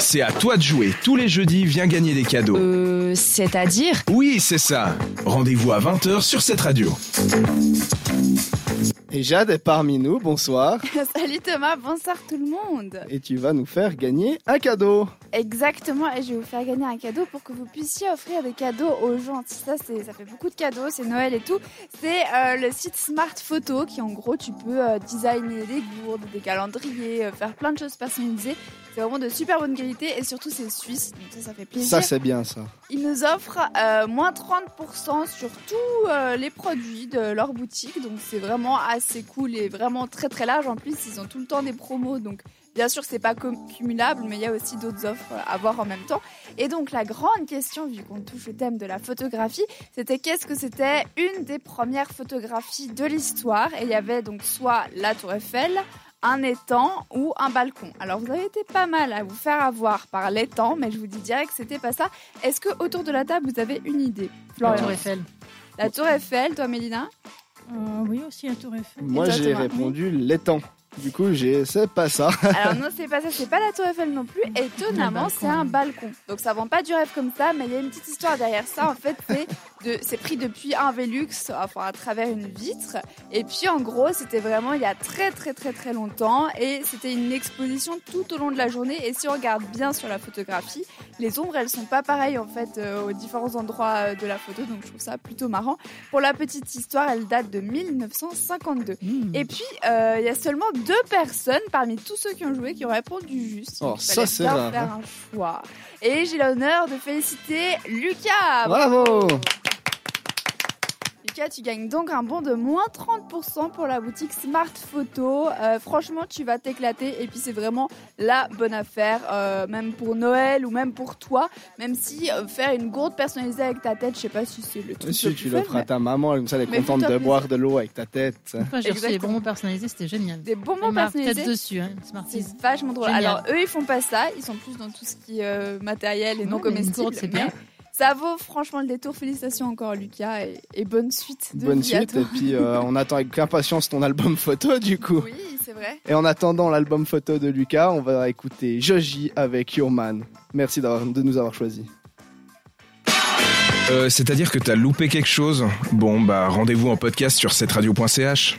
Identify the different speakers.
Speaker 1: C'est à toi de jouer. Tous les jeudis, viens gagner des cadeaux.
Speaker 2: Euh, c'est-à-dire
Speaker 1: Oui, c'est ça. Rendez-vous à 20h sur cette radio.
Speaker 3: Et Jade est parmi nous, bonsoir.
Speaker 4: Salut Thomas, bonsoir tout le monde.
Speaker 3: Et tu vas nous faire gagner un cadeau.
Speaker 4: Exactement, et je vais vous faire gagner un cadeau pour que vous puissiez offrir des cadeaux aux gens. Ça, c'est, ça fait beaucoup de cadeaux, c'est Noël et tout. C'est euh, le site Smart Photo qui, en gros, tu peux euh, designer des gourdes, des calendriers, euh, faire plein de choses personnalisées. C'est vraiment de super bonne qualité et surtout c'est suisse, donc ça, ça fait plaisir.
Speaker 3: Ça, c'est bien ça.
Speaker 4: Ils nous offrent euh, moins 30% sur tous euh, les produits de leur boutique. Donc c'est vraiment assez cool et vraiment très très large. En plus, ils ont tout le temps des promos. Donc bien sûr, c'est pas com- cumulable, mais il y a aussi d'autres offres à voir en même temps. Et donc la grande question, vu qu'on touche le thème de la photographie, c'était qu'est-ce que c'était une des premières photographies de l'histoire. Et il y avait donc soit la tour Eiffel, un étang ou un balcon. Alors vous avez été pas mal à vous faire avoir par l'étang, mais je vous dis direct que c'était pas ça. Est-ce que autour de la table vous avez une idée
Speaker 5: La
Speaker 4: Florian
Speaker 5: Tour Eiffel.
Speaker 4: La tour Eiffel, toi Mélina
Speaker 5: Euh, oui, aussi la Tour Eiffel.
Speaker 3: Moi,
Speaker 4: toi,
Speaker 3: j'ai
Speaker 4: Thomas
Speaker 3: répondu l'étang. Du coup, j'ai c'est pas ça.
Speaker 4: Alors non, c'est pas ça, c'est pas la tour Eiffel non plus. Étonnamment,
Speaker 5: balcon.
Speaker 4: c'est un balcon. Donc ça vend pas du rêve comme ça, mais il y a une petite histoire derrière ça. En fait, c'est de, c'est pris depuis un Velux, enfin à travers une vitre. Et puis en gros, c'était vraiment il y a très très très très longtemps, et c'était une exposition tout au long de la journée. Et si on regarde bien sur la photographie, les ombres elles sont pas pareilles en fait euh, aux différents endroits euh, de la photo. Donc je trouve ça plutôt marrant. Pour la petite histoire, elle date de 1952.
Speaker 3: Hmm.
Speaker 5: Mmh.
Speaker 4: Et puis, euh, il y a seulement deux personnes parmi tous ceux qui ont joué qui ont répondu juste.
Speaker 3: Oh,
Speaker 4: Donc, il
Speaker 3: ça,
Speaker 4: fallait
Speaker 3: c'est
Speaker 4: bien
Speaker 3: rare, hein.
Speaker 4: faire un choix. Et j'ai l'honneur de féliciter Lucas.
Speaker 3: Bravo
Speaker 4: Lucas, tu gagnes donc un bon de moins 30% pour la boutique Smart Photo. Euh, franchement, tu vas t'éclater et puis c'est vraiment la bonne affaire, euh, même pour Noël ou même pour toi. Même si euh, faire une gourde personnalisée avec ta tête, je sais pas si c'est le truc. le
Speaker 3: Si
Speaker 4: plus
Speaker 3: tu
Speaker 4: fun,
Speaker 3: l'offres à
Speaker 4: mais
Speaker 3: ta maman, comme ça, elle est
Speaker 4: Mais
Speaker 3: contente
Speaker 4: fais-toi
Speaker 3: de
Speaker 4: plaisir.
Speaker 3: boire de l'eau avec ta tête.
Speaker 5: Quand j'ai reçu les
Speaker 4: Exactement.
Speaker 5: bonbons personnalisés, c'était génial.
Speaker 4: Des bonbons
Speaker 5: Et ma tête
Speaker 4: personnalisés.
Speaker 5: dessus, hein, Smarties.
Speaker 4: C'est vachement drôle.
Speaker 5: Génial.
Speaker 4: Alors eux, ils font pas ça. Ils sont plus dans tout ce qui est euh, matériel et non
Speaker 5: Ouais, mais une
Speaker 4: comestible.
Speaker 5: gourde, c'est
Speaker 4: mais
Speaker 5: bien.
Speaker 4: Ça vaut franchement le détour. Félicitations encore, Lucas, et, et bonne suite. De
Speaker 3: Bonne
Speaker 4: vie à
Speaker 3: suite,
Speaker 4: toi.
Speaker 3: et puis euh, on attend avec impatience ton album photo, du coup.
Speaker 4: Oui, c'est vrai.
Speaker 3: Et en attendant l'album photo de Lucas, on va écouter Joji avec Your Man. Merci d'avoir- de nous avoir choisis.
Speaker 1: Euh, C'est-à-dire que t'as loupé quelque chose Bon, bah rendez-vous en podcast sur cette radio.ch.